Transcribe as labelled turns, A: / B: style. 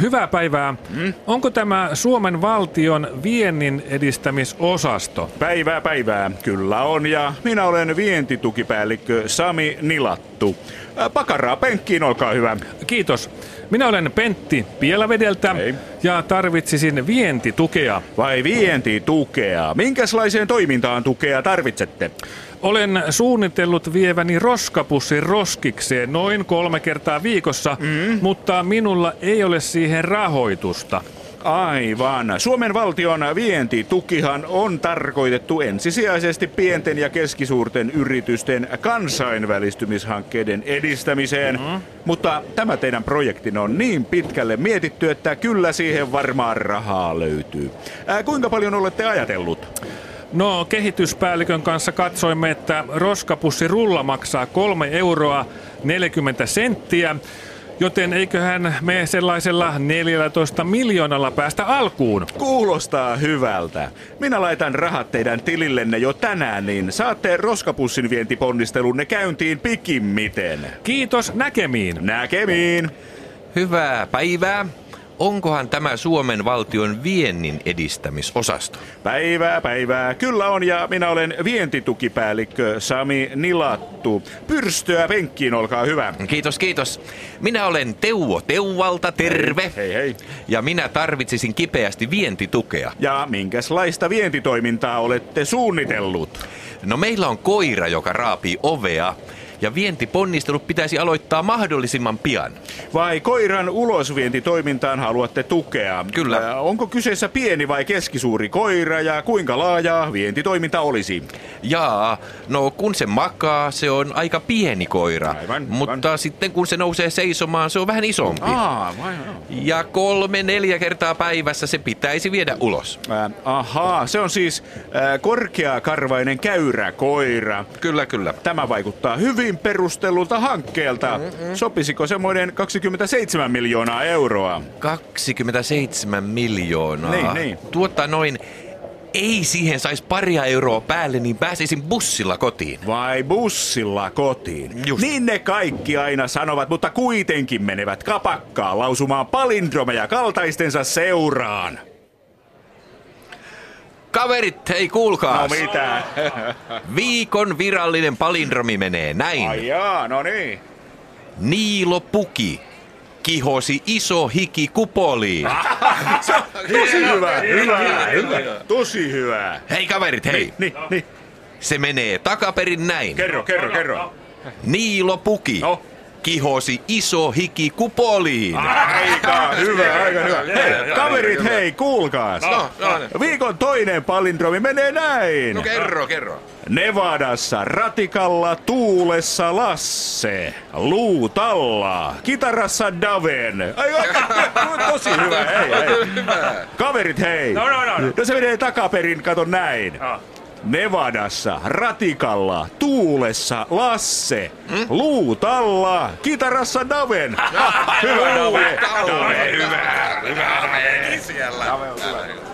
A: Hyvää päivää. Onko tämä Suomen valtion viennin edistämisosasto?
B: Päivää päivää, kyllä on, ja minä olen vientitukipäällikkö Sami Nilattu. Ä, Pakaraa penkkiin, olkaa hyvä.
A: Kiitos. Minä olen Pentti Pielavedeltä
B: Hei.
A: ja tarvitsisin vientitukea.
B: Vai vientitukea? Minkäslaiseen toimintaan tukea tarvitsette?
A: Olen suunnitellut vieväni roskapussin roskikseen noin kolme kertaa viikossa, mutta minulla ei ole siihen rahoitusta.
B: Aivan. Suomen valtion vientitukihan on tarkoitettu ensisijaisesti pienten ja keskisuurten yritysten kansainvälistymishankkeiden edistämiseen. Mutta tämä teidän projektin on niin pitkälle mietitty, että kyllä siihen varmaan rahaa löytyy. Ää, kuinka paljon olette ajatellut?
A: No, kehityspäällikön kanssa katsoimme, että roskapussi rulla maksaa 3 euroa 40 senttiä, joten eiköhän me sellaisella 14 miljoonalla päästä alkuun.
B: Kuulostaa hyvältä. Minä laitan rahat teidän tilillenne jo tänään, niin saatte roskapussin vientiponnistelunne käyntiin pikimmiten.
A: Kiitos näkemiin.
B: Näkemiin!
C: Hyvää päivää. Onkohan tämä Suomen valtion viennin edistämisosasto?
B: Päivää, päivää. Kyllä on ja minä olen vientitukipäällikkö Sami Nilattu. Pyrstöä penkkiin, olkaa hyvä.
C: Kiitos, kiitos. Minä olen Teuvo Teuvalta, terve.
B: Hei hei.
C: Ja minä tarvitsisin kipeästi vientitukea.
B: Ja minkäslaista vientitoimintaa olette suunnitellut?
C: No meillä on koira, joka raapii ovea. Ja vientiponnistelut pitäisi aloittaa mahdollisimman pian.
B: Vai koiran ulosvientitoimintaan haluatte tukea?
C: Kyllä.
B: Ää, onko kyseessä pieni vai keskisuuri koira ja kuinka laajaa vientitoiminta olisi?
C: Niin. Jaa, no kun se makaa, se on aika pieni koira.
B: Aivan,
C: mutta sitten kun se nousee seisomaan, se on vähän isompi.
B: Aa, vai
C: Ja kolme, neljä kertaa päivässä se pitäisi viedä ulos.
B: Ää, Äh, ahaa, se on siis ää, korkeakarvainen käyräkoira.
C: Kyllä, kyllä.
B: Tämä vaikuttaa hyvin perustelulta hankkeelta. Sopisiko semmoinen 27 miljoonaa euroa?
C: 27 miljoonaa.
B: Niin, niin.
C: Tuottaa noin, ei siihen saisi paria euroa päälle, niin pääsisin bussilla kotiin.
B: Vai bussilla kotiin?
C: Just.
B: Niin ne kaikki aina sanovat, mutta kuitenkin menevät kapakkaa lausumaan palindromeja kaltaistensa seuraan.
C: Kaverit, hei kuulkaa.
B: No mitä?
C: Viikon virallinen palindromi menee näin.
B: Ai jaa, no niin.
C: Niilo Puki kihosi iso hiki kupoliin.
B: Ah. Tosi hyvä, hyvä, hyvä. Tosi hyvä.
C: Hei kaverit, hei.
B: Niin, niin.
C: Se menee takaperin näin.
B: Kerro, kerro, kerro.
C: Niilo Puki
B: No. Ah.
C: kihosi iso hiki kupoliin.
B: Aika hyvä, aika hyvä. Hei, kaverit, hei, kuulkaas.
C: No, no, no.
B: Viikon toinen palindromi menee näin.
C: No kerro, kerro.
B: Nevadassa ratikalla, tuulessa Lasse, luutalla, kitarassa Daven. Ai, ai, ai, tosi hyvä, hei, hei. Kaverit, hei.
A: No, no, no, Ah. no.
B: se menee takaperin, kato näin. Nevadassa, ratikalla, tuulessa Lasse, luutalla, kitarassa Daven. Ah, Hyvä, Daven.
C: Hyvä, hyvä, hyvä. Siellä.
B: Hyvä.